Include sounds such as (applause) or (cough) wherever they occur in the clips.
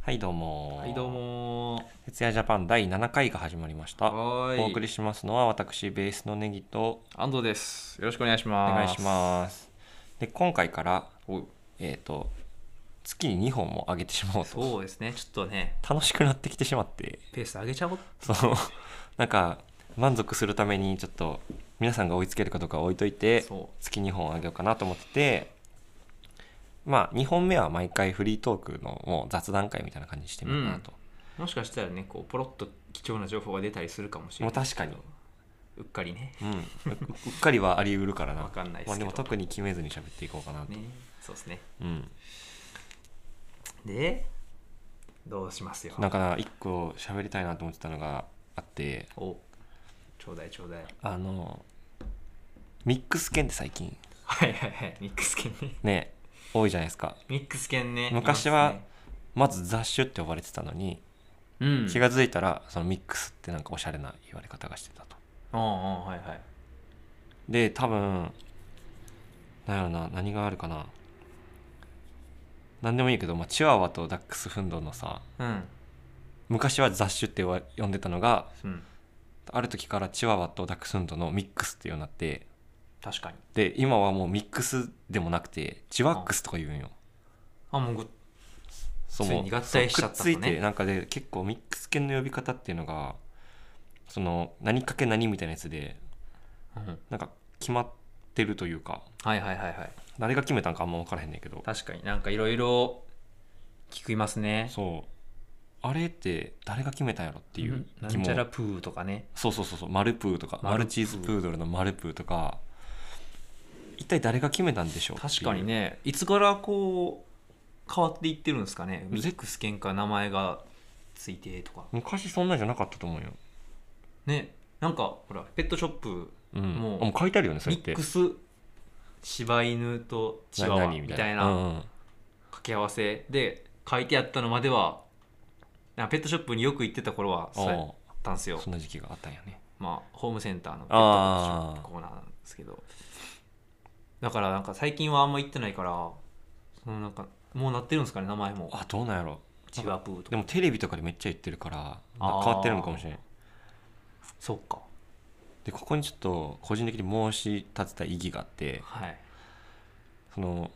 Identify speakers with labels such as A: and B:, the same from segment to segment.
A: はいどうも
B: はいどうも
A: 徹夜ジャパン第7回が始まりました
B: は
A: お送
B: ーい
A: りしますのは私ベースのネギと
B: 安藤ですよろしくお願いし
A: お
B: ま
A: 願
B: す
A: いしますで今回から
B: おう
A: えっ、と月に2本も上げてしまおうと
B: そうですねちょっとね
A: 楽しくなってきてしまって
B: ペース上げちゃおう
A: そうなんか満足するためにちょっと皆さんが追いつけるかどうかは置いといて
B: そ
A: 月2本あげようかなと思っててまあ2本目は毎回フリートークのもう雑談会みたいな感じにしてみようかなと、
B: うもしかしたらねこうポロッと貴重な情報が出たりするかもしれ
A: も
B: な
A: う
B: い
A: 確かに
B: うっかりね
A: うん、ううっかりはあり得るからな
B: わかんないですけど
A: まあ、でも特に決めずに喋っていこうかなと、
B: ねそうですね
A: うん、
B: でどうしますよ
A: だから一個喋りたいなと思ってたのがあって
B: おちょうだいちょうだい
A: あのミックス犬って最近
B: はいはいはいミックス犬ね
A: ね多いじゃないですか
B: ミックス犬ね
A: 昔
B: い
A: は
B: ますね
A: まず雑種って呼ばれてたのに、
B: うん
A: 気が付いたらそのミックスってなんかおしゃれな言われ方がしてたと
B: うんうんはいはい
A: で多分なんやろな何があるかな何でもいいけど、まあ、チワワとダックスフンドのさ
B: うん
A: 昔は雑種って呼ば呼んでたのが
B: うん
A: ある時からチワワとダックスフンドのミックスっていうようになって
B: 確かに
A: で今はもうミックスでもなくてチワックスとか言うんよ
B: あもうご
A: そ
B: ついに合体しちゃ
A: そうく
B: ったのね
A: っついてなんかで結構ミックス犬の呼び方っていうのがその何かけ何みたいなやつで
B: うん
A: なんか決まってるというか
B: はいはいはいはい
A: 誰が決めたんかあんま分からへんねんけど
B: 確かになんかいろいろ聞きますね
A: そうあれって誰が決めたんやろっていう
B: な
A: 疑
B: んちゃら
A: 問
B: プーとかね
A: そうそうそうそうマルプーとか
B: マ
A: マ
B: ルプー
A: ルチーズプードルのマルプーとか一体誰が決めたんでしょうっていう
B: 確かにねいつからこう変わっていってるんですかねミックス犬か名前がついてとか
A: 昔そんなんじゃなかったと思うよ
B: ねなんかほらペットショップ
A: うん、
B: もう
A: あもう書いてあるよねそれっ
B: ミ
A: て
B: ックス柴犬とチワワ
A: な何
B: みたい
A: うん
B: な
A: うん
B: 掛け合わせで書いてあったのまではなんかペットショップによく行ってた頃はそうやっ
A: お
B: たんです
A: う
B: よ
A: そんな時期があったんやね
B: まあ、ホームセンターのペット
A: あー
B: ショップコーナーなんですけどだからなんか最近はあんま行ってないからそのなんかもうなってるんですかね名前も
A: あどうなんやろ
B: チワプー
A: で
B: とか
A: もテレビとかでめっちゃ言ってるからな
B: あー
A: 変わってるのかもしれない
B: そうか
A: でここにちょっと個人的に申し立てた意義があって
B: はい
A: その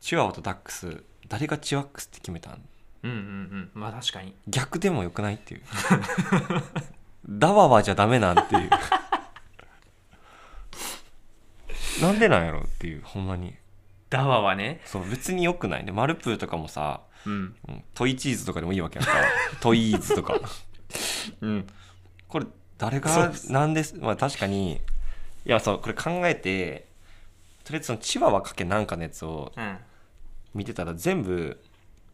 A: チワワとダックス誰がチワックスって決めたん
B: うんうんうんまあ確かに
A: 逆でもよくないっていうダワワじゃダメなんっていうなんでなんやろっていうほんまに
B: ダワはね
A: そう別によくないねマルプーとかもさ
B: うん
A: うんトイチーズとかでもいいわけやんかトイーズとか
B: うん
A: これ誰
B: そう
A: が
B: です
A: なんですまあ確かにいやそうこれ考えてとりあえずそのチワワかけなんかのやつを
B: うん
A: 見てたら全部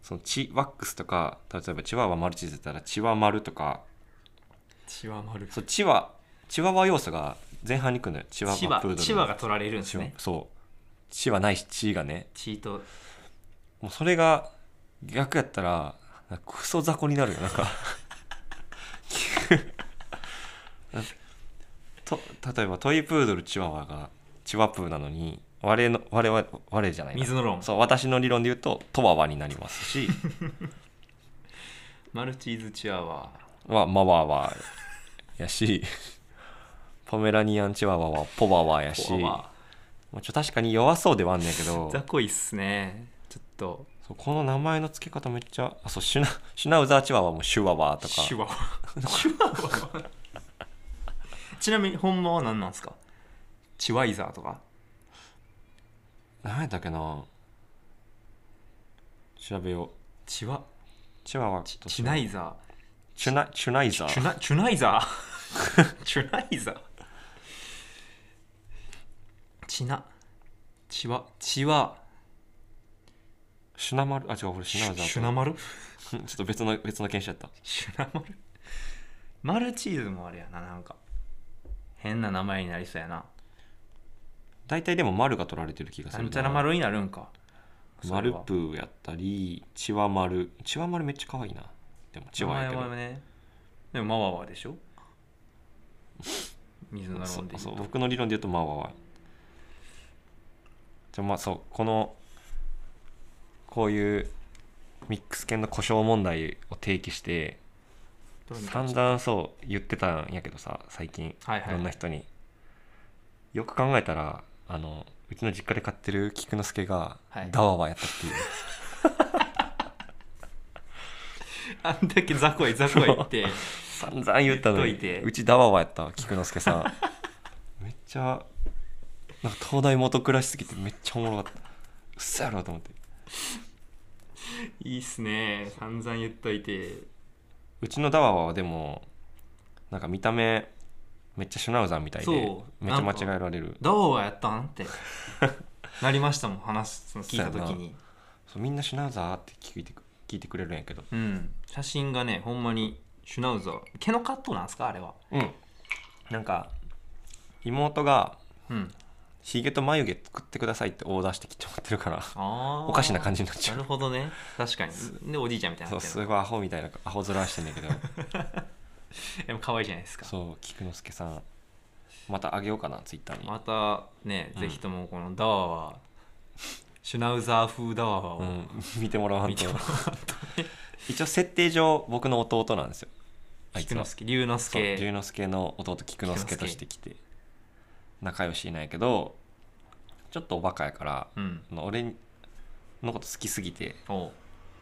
A: そのチワックスとか例えばチワワマルチーズだったらチワマルとか
B: チワマル
A: そうチワチワワ要素が前半に来るのよチワワ
B: チワ
A: プードルの
B: チワが取られるんです
A: チワ
B: ね
A: そうチワないしチーがね
B: チート
A: もうそれが逆やったらなんかクソ雑魚になるよなんか (laughs) と例えばトイプードルチワワがチワプーなのに我の我は我じゃないな
B: 水の論
A: そう私の理論で言うとトワワになります
B: (laughs)
A: し
B: マルチーズチワワ
A: まあマワワやしポメラニアンチワワはポワワやし
B: チワ
A: もうちょ確かに弱そうではあんねんけど
B: (laughs) ワ雑魚いっすねちょっと
A: そうこの名前の付け方めっちゃあそうシュナ (laughs) シュナウザーチワワもシュワワとか
B: チワワチワ
A: (laughs)
B: ワちなみに本間は何なんですかチワイザーとか
A: 何やったっけな調べよう
B: チワ
A: チワワ
B: チ
A: と
B: チナイザ
A: チュナチュナイザ
B: ーチュ
A: ー
B: ナチュナイザー (laughs) チュナイザーチナチワチワ
A: シュナマルあ違う俺シュナウザー
B: シュナマル
A: とちょっと別の別の犬種やった
B: シュナマルマルチーズもあれやななんか変な名前になりそうやな
A: 大体でも丸が取られてる気がす
B: な
A: る
B: んちゃらマルになるんか
A: マルプーやったりチワマルチワマルめっちゃ可愛いなでもチ
B: チ
A: ワ
B: ワ
A: ワや
B: や
A: け
B: け
A: ど
B: ねでもマワワでし (laughs) ょ水の
A: そ
B: 飲
A: う
B: んでいい
A: そう僕の理論で言うとまあまあまあじゃあまあそうこのこういうミックス犬の故障問題を提起して
B: どうにか
A: 散々そう言ってたんやけどさ最近
B: はい
A: いろんな
B: はい
A: 人によく考えたらあのうちの実家で飼ってる菊之助が
B: はい
A: ダワワやったっていう、
B: (laughs) あんだけ雑魚い雑魚い
A: (laughs)
B: って
A: 散々言ったの
B: 言っ
A: に
B: といて
A: うちダワワやったわ菊之助
B: (laughs)
A: さんめっちゃなんか東大元暮らしすぎてめっちゃおもろかったうっそやろと思って
B: いいっすね散々言っといて
A: うちのダワワはでもなんか見た目めっちゃシュナウザーみたいで
B: そう
A: めっちゃ間
B: なん
A: 違
B: か
A: えられる
B: 「どうはやったん?」ってなりましたもん話すの聞いた時に
A: そうみんなシュナウザーって聞いてく聞いてくれるんやけど
B: うん写真がねほんまにシュナウザー毛のカットなんですかあれは
A: うんなんか妹が
B: うん
A: ひげと眉毛作ってくださいってオーダーしてきてもらってるから
B: あ
A: おかしな感
B: じ
A: じになっちゃ
B: な
A: う
B: るほどね確かにでおじいちゃんみたいに
A: そ
B: な
A: う
B: ってる
A: すごいアホみたいなアホ面してんだけど
B: でも可愛いじゃないですか
A: そう菊之助さんまたあげようかなツイッターに、
B: またね、
A: うん
B: ぜひともこのダワはシュナウザー風ダワ
A: う
B: を
A: ん、 (laughs) 見てもらわん
B: 見
A: と
B: てもらう
A: 一応設定上僕の弟なんですよあい
B: 菊
A: つは
B: 之助龍之
A: そう龍
B: 介
A: 之介の弟菊之助としてきて仲良しいないけどちょっとおバカやから
B: うん
A: あの俺のこと好きすぎて
B: おう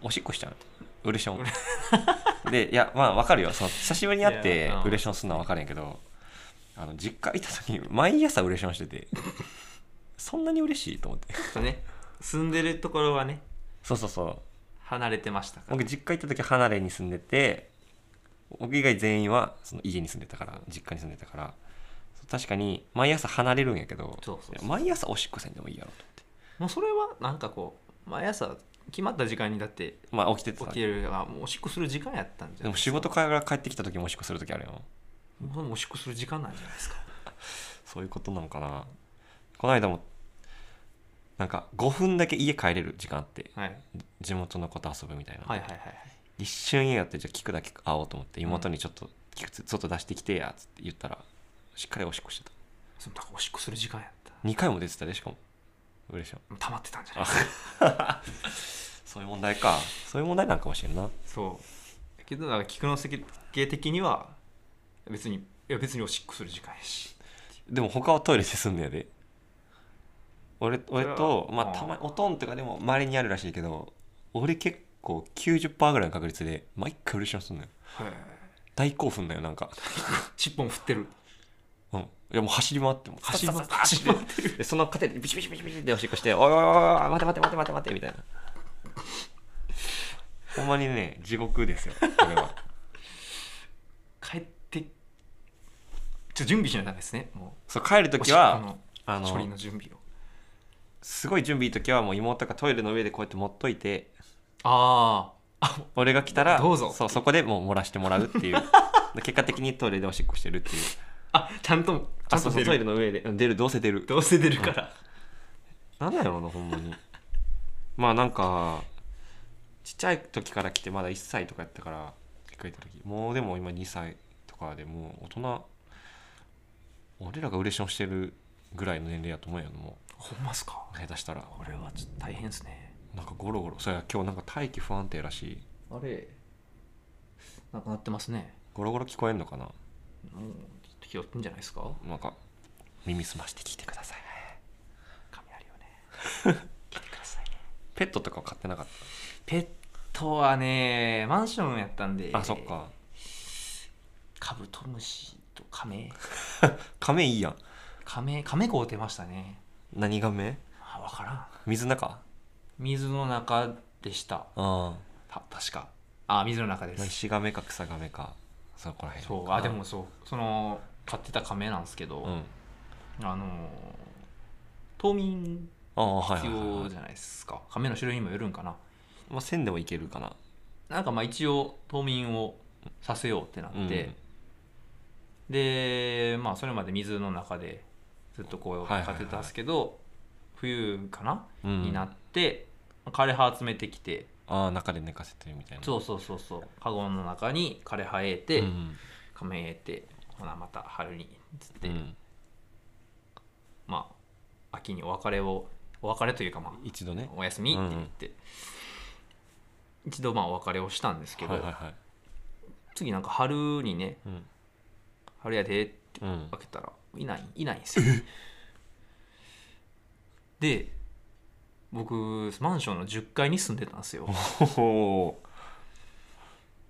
A: おしっこしちゃうウレショ (laughs) ンでいやまあわかるよその久しぶりに会っ
B: い
A: て
B: やうん
A: ウレションするのはわかるんやけどあの実家行った時毎朝ウレションしててそんなに嬉しいと思って
B: ちょっとね住んでるところはね
A: そうそうそう
B: 離れてましたから
A: 僕実家行った時離れに住んでて僕以外全員はその家に住んでたから実家に住んでたから確かに毎朝離れるんやけど
B: そうそうそう
A: いや毎朝おしっこせんでもいいやろと
B: もうそれはなんかこう毎朝決まった時間にだって
A: まあ起きて
B: 起
A: た
B: きるがもうおしっこする時間やったんじゃ
A: で
B: ない
A: も仕事から帰ってきた時もおしっこする時あるよ
B: もうおしっこする時間なんじゃないですか
A: そういうことなのかなこの間もなんか5分だけ家帰れる時間あって
B: はい
A: 地元の子と遊ぶみたいな、
B: はいはいはいはい
A: 一瞬家やってじゃあ聞くだけ会おうと思って妹にちょっと聞く外出してきてやっつって言ったらしっかりおしっこしてた
B: そのだからおしっこする時間やった
A: 2回も出てたでしかも嬉しい
B: 溜まってたんじゃないですか
A: そういう問題かそういう問題なんかもしれんな
B: そうだけどだから菊之助的には別にいや別におしっこする時間やし
A: でも他はトイレで済んだやで俺俺と
B: それは
A: まあたまに
B: う
A: おとんとかでもまれにあるらしいけど俺結構90%ぐらいの確率で毎回嬉しいのすんのよ
B: へえ
A: 大興奮だよなんか
B: 尻尾も振ってる
A: うん、いやもう走り回ってもう
B: 走り回って
A: 走り回ってるでその過程でビシビシビシビシっておしっこして「おいおいおいおい待て待て待て待て待て」みたいなほんまにね地獄ですよこれは
B: 帰ってちょ準備しないとダメですねも
A: そう帰る
B: う
A: 時
B: おしっ
A: は
B: こ
A: あ
B: の処理
A: の
B: の準備を
A: すごい準備いい時はもう妹がトイレの上でこうやって持っといて
B: あ
A: 俺が来たら
B: どうぞ
A: そうそこでもう漏らしてもらうっていう
B: (laughs)
A: で結果的にトイレでおしっこしてるっていう
B: ああちゃんとち
A: あ
B: ゃん
A: そ
B: と
A: うそ
B: 出
A: うトイレ
B: る
A: の上でうん出るどうせ出る
B: どうせ出るから
A: なんだろうなほんまにまあなんかちっちゃい時から来てまだ1歳とかやったから実家行った時もうでも今2歳とかでもう大人俺らがウレションしてるぐらいの年齢やと思うよも
B: ほんますか
A: う下手したら
B: これはちょっと大変ですね
A: なんかゴロゴロそうや今日なんか大気不安定らしい
B: あれなくなってますね
A: ゴロゴロ聞こえんのかな
B: もうちょっと拾ってんじゃないですか
A: なんか耳すまして聞いてください
B: 雷をね (laughs) 来てくださいね
A: ペットとかは飼ってなかっ
B: ペットはねマンションやったんで
A: たあそっか
B: カブトムシとカメ
A: 亀いいやん
B: カメカメ子を出ましたね
A: 何亀
B: あ分からん
A: 水の中
B: 水の中でした
A: あ
B: た確かあ水の中で
A: あ
B: す
A: 石亀か草亀かそこらへん
B: そうあでもそうその飼ってた亀なんですけど、
A: うん
B: あのー冬眠
A: ああはい
B: 必
A: はいはい、
B: 要
A: はい
B: じゃないですか亀の種類にもよるんかな
A: まあ、線でもいけるかな
B: なんかまあ一応冬眠をさせようってなって、
A: うん
B: でまあそれまで水の中でずっとこ
A: は
B: う
A: いはいは
B: 飼
A: い
B: ってたんですけど、冬かな、
A: うん
B: になって枯葉集めてきて
A: ああ中で寝かせてるみたいな
B: そうそうそうそうカゴの中に枯葉え
A: う
B: て、
A: ん
B: 亀えてほなまた春にっつっ
A: う
B: て、
A: ん、
B: まあ秋にお別れをお別れというかまあ
A: 一度ね
B: お休みって言って、一度まあお別れをしたんですけど、
A: はいはいはい
B: 次なんか春にね
A: うん
B: 「春やで」っ
A: (laughs)
B: て
A: うん
B: 開けたらいないいない
A: (laughs)
B: んですよで僕マンションの10階に住んでたんですよ
A: ほほ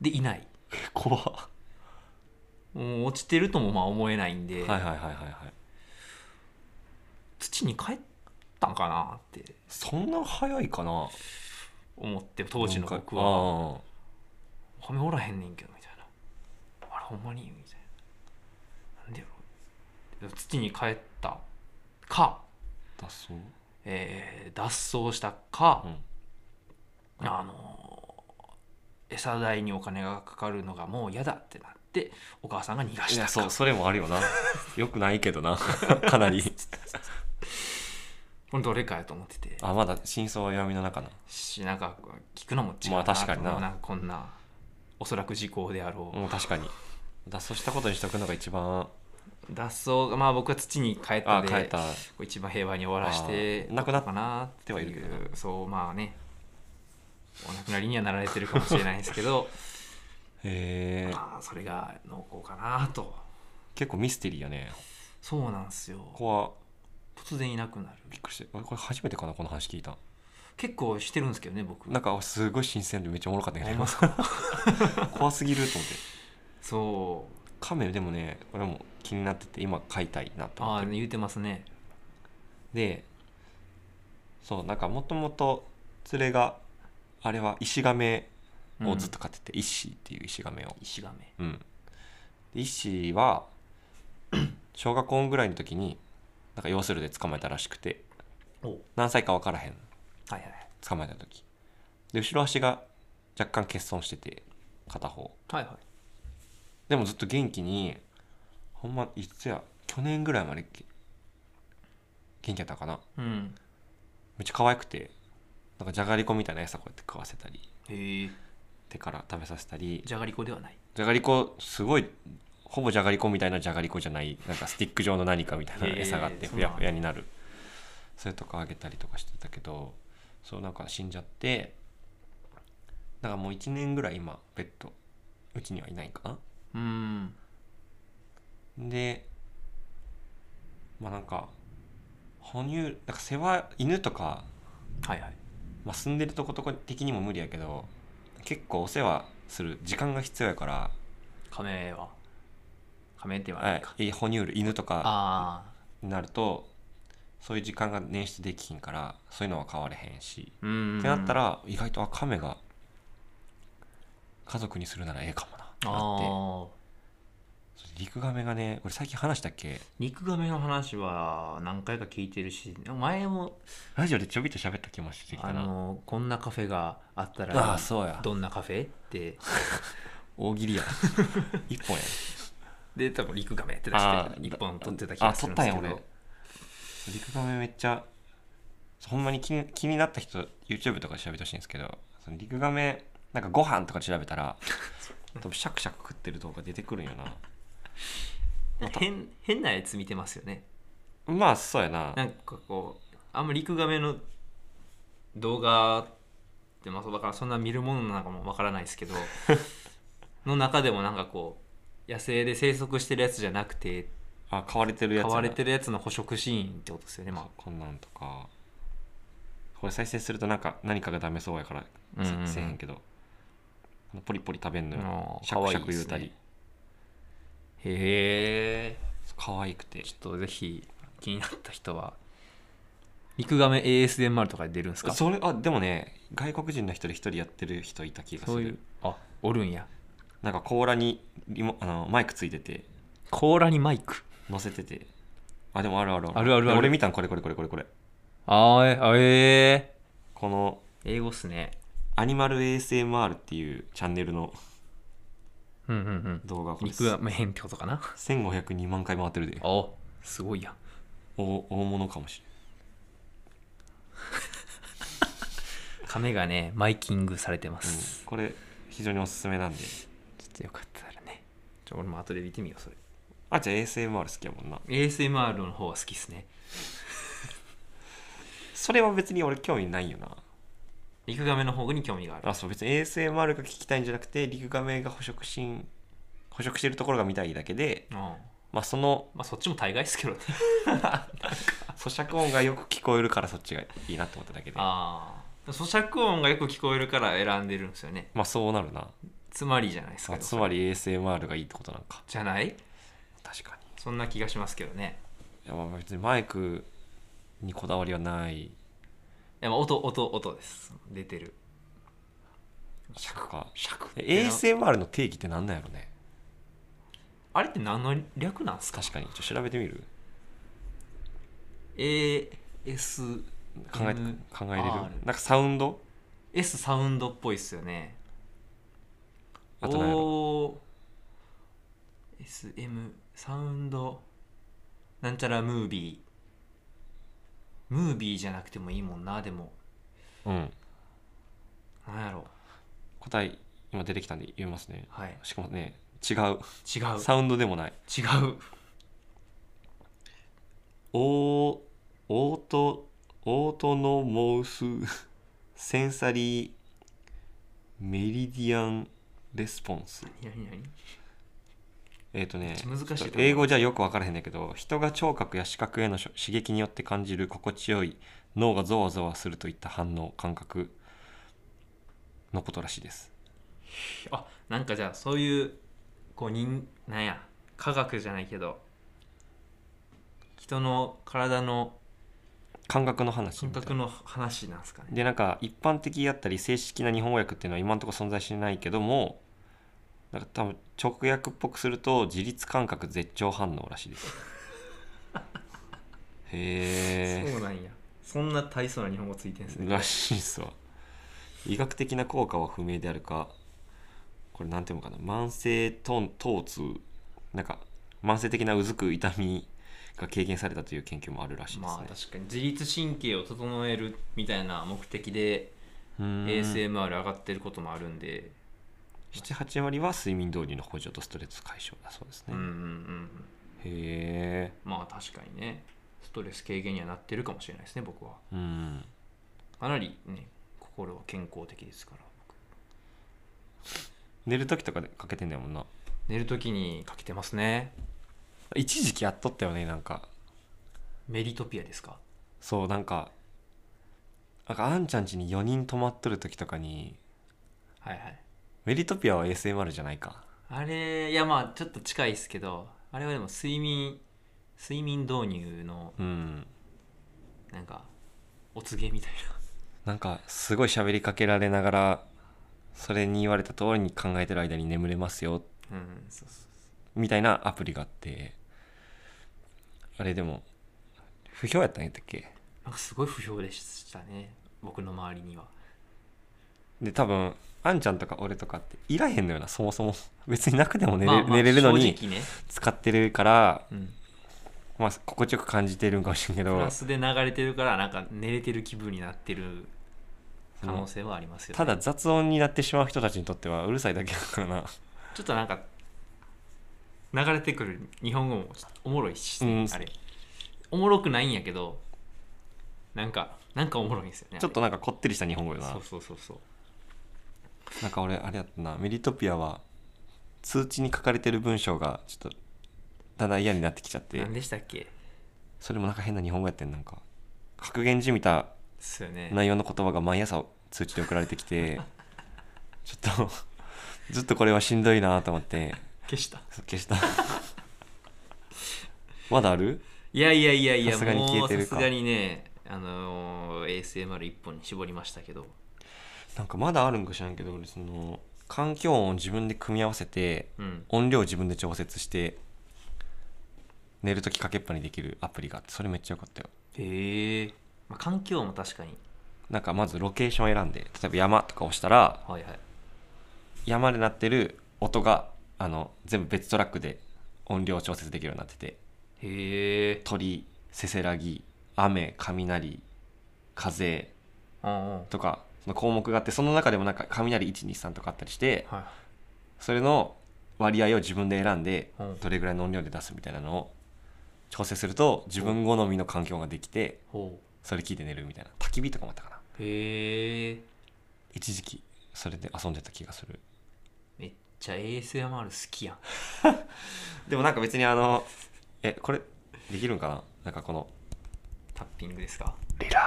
B: でいない
A: ー怖っ
B: もう落ちてるともまあ思えないんで、
A: はいはいはいはいはい
B: 土に帰ったんかなって
A: そんな早いかな
B: 思って当時の僕
A: なん
B: は
A: か
B: 「亀おらへんねんけど」みたいな「あれほんまに?」みたいな「なんでやろ?」土に帰ったか、
A: ああだそう
B: えー脱走したか、
A: うん
B: あの餌代にお金がかかるのがもう嫌だってなってお母さんが逃が
A: い
B: した
A: や
B: か
A: そうそれもあるよ (laughs) なよくないけど (laughs) なかなり
B: これどれかやと思ってて
A: あまだ真相は闇の中な
B: しなんか聞くのも違う
A: まあ
B: な
A: 確かにな
B: と思うこんなおそらく時効であろう、
A: もうん確かに脱走したことにしとくのが一番
B: 脱走がまあ僕は土に帰った
A: あ
B: んで
A: 帰った
B: こう一番平和に終わらして
A: あー亡くなっ
B: かなって
A: てはいるけどな
B: そうまあねお亡くなりにはなられてるかもしれないです
A: (laughs)
B: けど
A: へえ
B: まあそれが濃厚かなと
A: 結構ミステリーやね
B: そうなんですよ
A: ここは
B: 突然いなくなる
A: びっくりしてあれこれ初めてかなこの話聞いた
B: 結構してるんですけどね僕
A: なんかすごい新鮮でめっちゃおもろかったけ
B: ほ
A: ど (laughs)
B: んまっ
A: 怖すぎると思って
B: そ
A: カメでもね俺も気になってて今飼いたいな
B: う
A: と
B: あ
A: 思っ
B: あ
A: てる
B: 言うてますね
A: でそうなんかもともと連れがあれはイシガメをずっと飼ってて、イッシーっていうイシガメを
B: 石亀
A: うん、でイッシーは (clears throat) 小学校ぐらいの時になんか用するで捕まえたらしくて
B: おはい
A: 何歳か分からへん
B: はいはい
A: 捕まえた時で後ろ足が若干欠損してて片方
B: はいはい
A: でもずっと元気にほんまいつや去年ぐらいまでげ元気やったかな
B: うん
A: めっちゃ可愛くてなんかじゃがりこみたいな餌こうやって食わせたり
B: へえ
A: 手から食べさせたり
B: じゃがりこではない
A: じゃがりこすごいほぼじゃがりこみたいなじゃがりこじゃないなんかスティック状の何かみたいな
B: へえ
A: 餌があって
B: そ
A: ふ
B: うな
A: や
B: んだ
A: ふやになるそれとかあげたりとかしてたけどそうなんか死んじゃってだからもう1年ぐらい今ベッドうちにはいないか
B: うん
A: なでまあなんか哺乳なんか世話犬とか、
B: はいはい
A: まあ、住んでるとことこ的にも無理やけど結構お世話する時間が必要やから、
B: 亀は亀ではな
A: はい
B: か、
A: い、哺乳類犬とか
B: ああ
A: になるとそういう時間が捻出できひんからそういうのは変われへんし、
B: うん
A: ってなったら意外とあカメが家族にするならええかもなって
B: あ
A: なって
B: あ
A: それリクガメがね俺最近話したっけ
B: 肉亀の話は何回か聞いてるし前も
A: ラジオでちょびっと喋った気もしてき
B: あ
A: たな
B: のこんなカフェがあった
A: ああ
B: ら
A: そうや
B: どんなカフェって
A: 大喜利 (laughs) や一本や
B: (laughs) で多分陸亀って出して
A: あー
B: 一本取ってた気がするんですけ
A: あ取ったんや
B: ど
A: リクガメめっちゃほんまに気に気になった人 YouTube とかで調べてほしいんですけどそのリクガメなんかご飯とか調べた
B: (laughs)
A: ら多分シャクシャク食ってる動画出てくるんよな
B: 変変なやつ見てますよね
A: まあそうやな
B: なんかこうあんまり陸亀の動画ってまあそうだからそんな見るものなんかもわからないです (laughs) けどの中でもなんかこう野生で生息してるやつじゃなくて
A: あ買われてるやつ
B: 飼
A: やな
B: われてるやつの捕食シーンってことですよね
A: そ
B: ま
A: う
B: あ
A: こんなんとかこれ再生するとなんか何かがダメそうやから
B: うんうんうん
A: せせえへんけどポリポリ食べんのよ
B: あー
A: シャクシャ
B: 可
A: ク言う
B: 愛いです
A: た
B: ね
A: り
B: へえ
A: 可愛くて
B: ちょっとぜひ気になった人は肉亀 ASMR とかで出るんですか
A: それあでもね外国人の人で一人やってる人いた気がす
B: そうい
A: る
B: うあおるんや
A: なんか甲羅にリモあのマイクついてて
B: 甲羅にマイク
A: 乗せててあでもあるある
B: あるあるある
A: 俺見たんこれこれこれこれこれ
B: あーえあえ
A: この
B: ー、英語っすね
A: アニマル ASMR っていうチャンネルの
B: うんうんうん
A: 動画これ
B: 肉がまあ変ってことかな
A: 1502万回回ってるで
B: あすごいやん
A: 大大物かもしれん
B: 亀がねマイキングされてま
A: うん
B: す、
A: これ非常におすすめなんで
B: ちょっとよかったらねちょ俺も後で見てみようそれ
A: あじゃあ ASMR 好きやもんな
B: ASMR の方は好きっすね
A: それは別に俺興味ないよな
B: リクガメの方に興味がある
A: あそう別に ASMR が聞きたいんじゃなくてリクガメが捕食しん捕食してるところが見たいだけで
B: うんま
A: まあその
B: あそっちも大概ですけどね
A: 咀嚼音がよく聞こえるからそっちがいいなと思っただけで
B: ああ咀嚼音がよく聞こえるから選んでるんですよね
A: まあそうなるな
B: つまりじゃないです
A: ま
B: か
A: あつまり ASMR がいいってことなんか
B: じゃない
A: 確かに
B: そんな気がしますけどね
A: いやまあ別にマイクにこだわりはない
B: いやまあ音音音です出てる
A: 尺か
B: 尺
A: え ASMR の定義って何なんやろね
B: あれって何の略なんですか
A: 確かにちょっと調べてみる
B: AS
A: 考え
B: M
A: 考えれる
B: R
A: なんかサウンド
B: S サウンドっぽいっすよね
A: あと何やろ
B: O SM サウンドなんちゃらムービームービーじゃなくてもいいもんなでも
A: うん
B: なんやろ
A: 答え今出てきたんで言いますね
B: はい
A: しかもね違う
B: 違う
A: サウンドでもない
B: 違う
A: オーオートオートノモウスセンサリーメリディアンレスポンス
B: 何何
A: えっ、とね
B: 難しいとこ
A: ちょっと英語じゃよく分からへんねんけど人が聴覚や視覚への刺激によって感じる心地よい脳がゾワゾワするといった反応感覚のことらしいです
B: あなんかじゃあそういうこう人なんや科学じゃないけど人の体の
A: 感覚の話
B: 感
A: みたい
B: 覚の話なんですかね
A: でなんか一般的やったり正式な日本語訳っていうのは今のところ存在しないけどもなんか多分直訳っぽくすると自律感覚絶頂反応らしいですへ
B: そうなんやそんな大層な日本語ついてんす
A: え
B: ね
A: らしいっすわ医学的な効果は不明であるかこれなんていうのかな慢性とん疼痛なんか慢性的なうずく痛みが軽減されたという研究もあるらしいですね、
B: まあ確かに自律神経を整えるみたいな目的で
A: うーん
B: ASMR 上がってることもあるんで
A: 78割は睡眠導入の補助とストレス解消だそうです
B: う
A: ね、
B: んうんうん
A: へえ
B: まあ確かにねストレス軽減にはなってるかもしれないですね僕は
A: うん
B: かなりね心は健康的ですから僕
A: 寝る時とかでかけてんだよもんな
B: 寝る時にかけてますね
A: 一時期やっとったよねなんか
B: メリトピアですか
A: そうなんかなんかあんちゃんちに4人泊まっとる時とかに
B: はいはい
A: メリトピアは ASMR じゃないか
B: あれいやまあちょっと近いですけどあれはでも睡眠睡眠導入の
A: うん
B: なんかお告げみたい
A: な
B: な
A: んかすごい喋りかけられながらそれに言われた通りに考えてる間に眠れますよ
B: うんそうそう
A: みたいなアプリがあってあれでも不評やったんやったっけ
B: なんかすごい不評でしたね僕の周りには
A: で多分あんちゃんとか俺とかっていらへんのよなそもそも別になくても寝れ,、
B: まあまあ
A: 寝れるのに
B: 正直ね、
A: 使ってるから、
B: うん
A: まあ、心地よく感じてるんかもしれんけ
B: フ
A: ど
B: ランスで流れてるからなんか寝れてる気分になってる可能性はありますよ、ね
A: ただ雑音になってしまう人たちにとってはうるさいだけだからな、
B: ちょっとなんか流れてくる日本語もちょっとおもろいし、ね
A: うん
B: あれおもろくないんやけどなんかなんかおもろいんですよね
A: ちょっとなんかこってりした日本語よ
B: あれ
A: な
B: そうそうそうそう
A: なんか俺あれやったなメリトピアは通知に書かれてる文章がちょっとだんだん嫌になってきちゃって
B: 何でしたっけ
A: それもなんか変な日本語やってんなんか格言じみた
B: ですよね
A: 内容の言葉が毎朝通知で送られてき
B: (laughs)
A: てちょっとずっとこれはしんどいなと思って
B: 消した
A: 消した
B: (laughs)
A: まだある
B: いやいやいやいや
A: さすがに消え
B: もう
A: て
B: さ
A: る
B: す
A: か
B: がにねあのー ASMR 一本に絞りましたけど
A: なんかまだあるんか知らんけど俺その環境音を自分で組み合わせて
B: うん
A: 音量を自分で調節して寝るときかけっぱにできるアプリがあってそれめっちゃ良かったよ
B: へえ、まあ、環境も確かに
A: なんかまずロケーション選んで例えば山とか押したら
B: はいはい
A: 山で鳴ってる音があの全部別トラックで音量を調節できるようになってて
B: へえ
A: 鳥せせらぎ雨雷風
B: うんうん
A: とかその項目があってその中でもなんか雷123とかあったりして
B: はい
A: それの割合を自分で選んで
B: うん
A: どれぐらいの音量で出すみたいなのを調整すると自分好みの環境ができて
B: ほ
A: それ聞いて寝るみたいな焚き火とかもあったかな
B: うへえ
A: 一時期それで遊んでた気がする
B: めっちゃ ASMR 好きやん
A: でもなんか別にあのえこれできるんかななんかこの
B: タッピングですか
A: リラ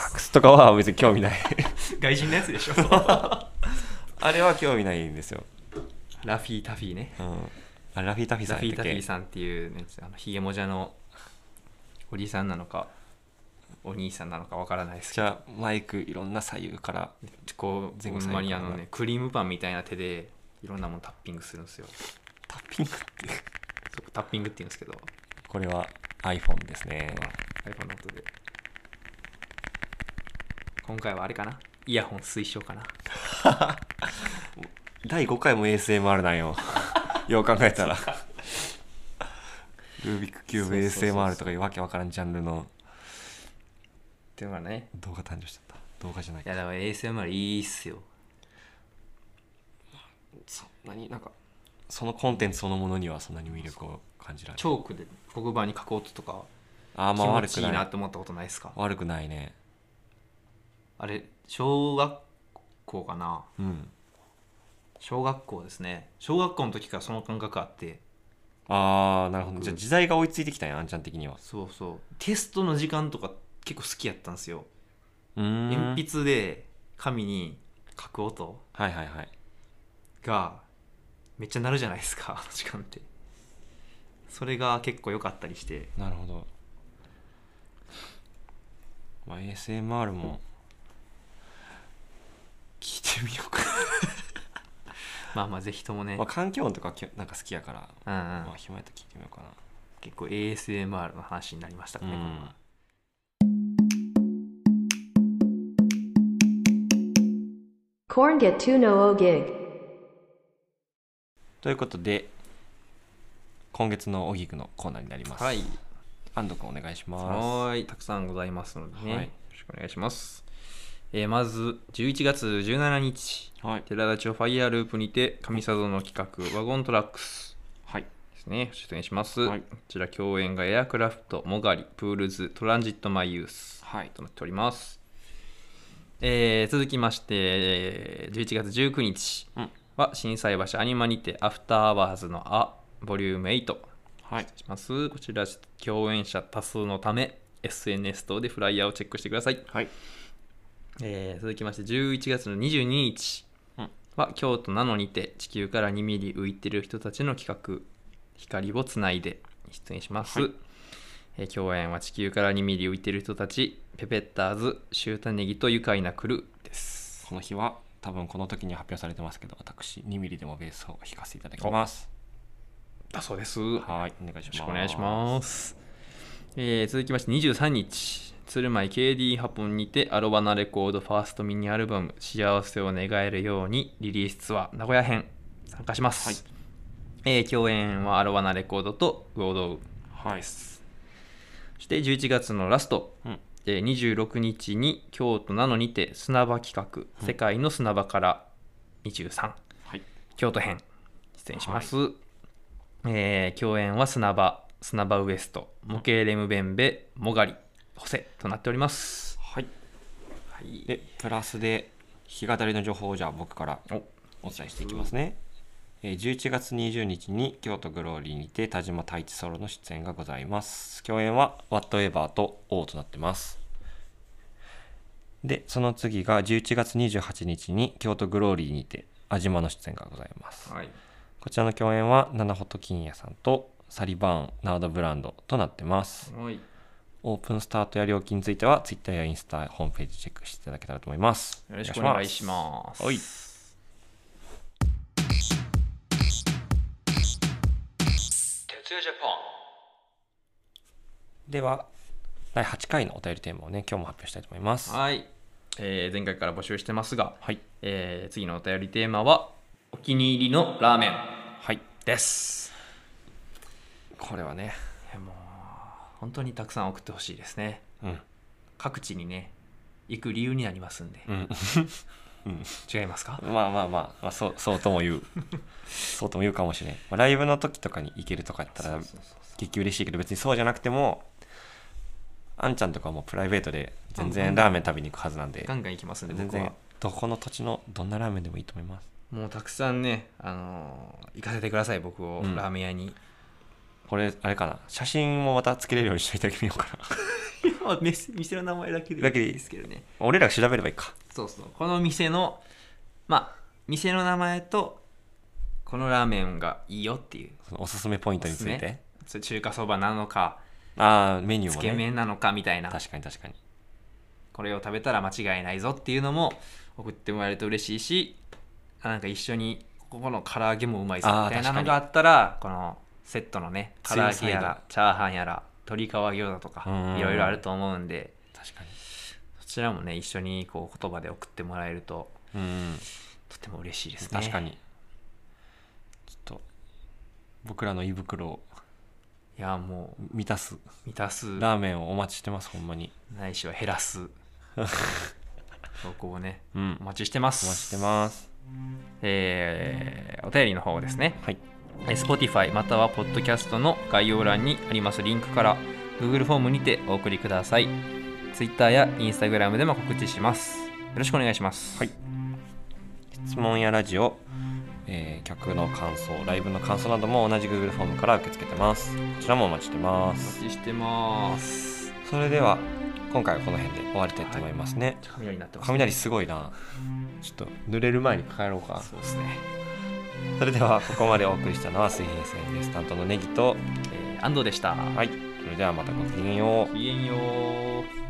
A: ックスとかは別に興味ない
B: 外人のやつでしょ
A: (laughs) あれは興味ないんですよ、
B: (laughs) ラフィータフィーね
A: うん、あれラフィータフィー
B: ラ
A: さ
B: フ
A: ん
B: ィ
A: やっ
B: ー
A: た
B: タ
A: っ
B: フィ
A: け
B: ーさんっていうやつあのヒゲもじゃのおじさんなのかお兄さんなのかわからないですけ
A: じゃあマイクいろんな左右から
B: どこう
A: 前
B: ほ
A: 後
B: んまに
A: 左
B: あ
A: 右から
B: のねクリームパンみたいな手でいろんなものタッピングするんですよ
A: タッピングって
B: そこタッピングって言うんですけど
A: これは iPhone ですね
B: iPhone の音で今回はあれかなイヤホン推奨かな
A: 第5回も ASMR なん
B: (laughs)
A: よよう考えたらルービックキューブ
B: そうそうそうそう
A: ASMR とかいうわけわからんジャンルの
B: っていうのがね
A: 動画誕生しちゃった動画じゃない
B: いやだから ASMR いいっすよ
A: そんなになんかそのコンテンツそのものにはそんなに魅力を感じられ
B: チ
A: ない
B: ョークで黒板に書く音とか
A: あ
B: 気
A: んまあ
B: 持
A: 悪
B: ち
A: く
B: いい
A: な
B: ないと思ったことないですか
A: 悪くないね
B: あれ小学校かな
A: うん
B: 小学校ですね小学校の時からその感覚あって
A: ああなるほど
B: 僕
A: じゃあ時代が追いついてきたんやあんちゃん的には
B: そうそうテストの時間とか結構好きやったんですよ
A: うーん
B: 鉛筆で紙に書く音
A: はいはいはい
B: がめっちゃ鳴るじゃないですか (laughs) あの時間ってそれが結構良かったりして
A: なるほど、まあ、ASMR も聞いてみようか
B: まあまあぜひともね
A: まあ、環境音とかきょなんか好きやから、
B: うんう
A: ま
B: ん
A: あ、暇やったら聞いてみようかな
B: 結構 ASMR の話になりましたかね、
A: うん
B: これは
C: Corn get two no o gig.
A: ということで今月のおぎくのコーナーになります
B: はい
A: 安藤君お願いします
B: はーい、たくさんございますのでね、
A: はい
B: よろしくお願いします。えーまず、11月17日、
A: はい
B: 寺田町ファイヤーループにて、上佐渡の企画、ワゴントラックス
A: はい
B: ですね、出演します。
A: はい
B: こちら、共演がエアクラフト、モガリ、プールズ、トランジットマイユース
A: はい
B: となっております。えー続きまして、えー11月19日
A: うん
B: は、震災橋アニマにて、アフターアワーズのア、ボリューム8。
A: はい
B: します。こちら、共演者多数のため、SNS 等でフライヤーをチェックしてください。
A: はい
B: えー続きまして、11月の22日
A: うん
B: は、京都なのにて、地球から2ミリ浮いてる人たちの企画、光をつないで、出演します。
A: はい
B: えー共演は地球から2ミリ浮いてる人たち、ペペッターズ、シュータネギと愉快なクルーです。
A: この日は多分この時に発表されてますけど私2ミリでもベースを弾かせていただきます
B: だそうです。
A: はいお願いし
B: よろ
A: ます
B: しくお願いします。えー続きまして23日、鶴舞 KD ハポンにてアロバナレコードファーストミニアルバム「幸せを願えるように」リリースツアー名古屋編参加します。
A: はい
B: えー共演はアロバナレコードと合同。
A: はい
B: そして11月のラスト、
A: うん
B: えー26日に京都なのにて砂場企画「世界の砂場から23」
A: はい
B: 京都編出演します、えー共演は砂場砂場ウエスト模型レムベンベモガリホセとなっております
A: はい
B: はい
A: でプラスで弾き語りの情報をじゃあ僕から
B: お
A: お伝えしていきますね、えー11月20日に京都グローリーにて田島太一ソロの出演がございます共演は「ワットエバー」と「王」となってますでその次が11月28日に京都グローリーにて安島の出演がございます
B: はい
A: こちらの共演は七穂金也さんとサリバーンナードブランドとなってます
B: はい
A: オープンスタートや料金については Twitter やインスタホームページチェックしていただけたらと思います
B: よろしくお願いします
A: はい
B: 徹夜ジャパ
A: では第8回のお便りテーマをね今日も発表したいと思いますは
B: はい、えー前回から募集してますが、
A: い
B: えー次のお便りテーマはお気に入りのラーメン
A: はい
B: です
A: これはね
B: いやもう本当にたくさん送ってほしいですね
A: うん
B: 各地にね行く理由になりますんで、
A: うん (laughs)
B: 違いますか
A: まあまあまあ、まあ、そうそうとも言う (laughs) そうとも言うかもしれん、まあ、ライブの時とかに行けるとかやったら激嬉しいけど別にそうじゃなくてもあんちゃんとかはもうプライベートで全然ラーメン食べに行くはずなんで
B: ガンガン行きますんで
A: 全
B: 僕は
A: 然どこの土地のどんなラーメンでもいいと思います
B: もうたくさんね、あのー行かせてください僕を、
A: うん
B: ラーメン屋 (laughs) に
A: これあれかな写真もまたつけれるようにしていただけようかな
B: 店の名前だけで
A: だけでいい
B: ですけどね
A: 俺らが調べればいいか
B: そうそうこの店のまあ店の名前とこのラーメンがいいよっていう
A: そのおすすめポイントについ
B: お
A: て、
B: すすめそれ中華そばなのか
A: ああメニュー
B: つ
A: も
B: け
A: ね
B: 麺なのかみたいな
A: 確かに確かに
B: これを食べたら間違いないぞっていうのも送ってもらえると嬉しいしあなんか一緒にここの唐揚げもうまいぞ
A: あー
B: みたいな
A: 確か
B: の
A: に
B: があったらこのセットのね唐
A: 強
B: 揚
A: い
B: げやらチャーハンやら鶏皮餃子と
A: うんう
B: か
A: ん
B: いろいろあると思うんで
A: 確か
B: そちらもね一緒にこう言葉で送ってもらえると
A: にうん
B: とても嬉しいですね
A: 確か
B: い
A: にちょっと僕らの胃袋を
B: やも
A: 満たす
B: う満たす
A: ラーメンをお待ちしてますほんまに
B: ないしは減らす投稿をね
A: うん
B: お待ちしてま
A: お
B: す
A: 待ちしてます
B: えーお便りの方ですね
A: はい
B: えー Spotify または Podcast の概要欄にありますリンクから Google フォームにてお送りください Twitter や Instagram でも告知しますよろしくお願いします
A: はい質問やラジオ、えー客の感想ライブの感想なども同じ Google フォームから受け付けてますこちらもお待ちしてま
B: お
A: す
B: 待ちしてます
A: それでは今回はこの辺で終わりたいと思いますね、
B: 雷になってます
A: 雷すごいなちょっと濡れる前に帰ろうか
B: そうですね、
A: それではここまでお送りしたのは水平線です担当のネギと
B: えー安藤でした
A: はいそれではまたごきげんよう
B: ごきげんよう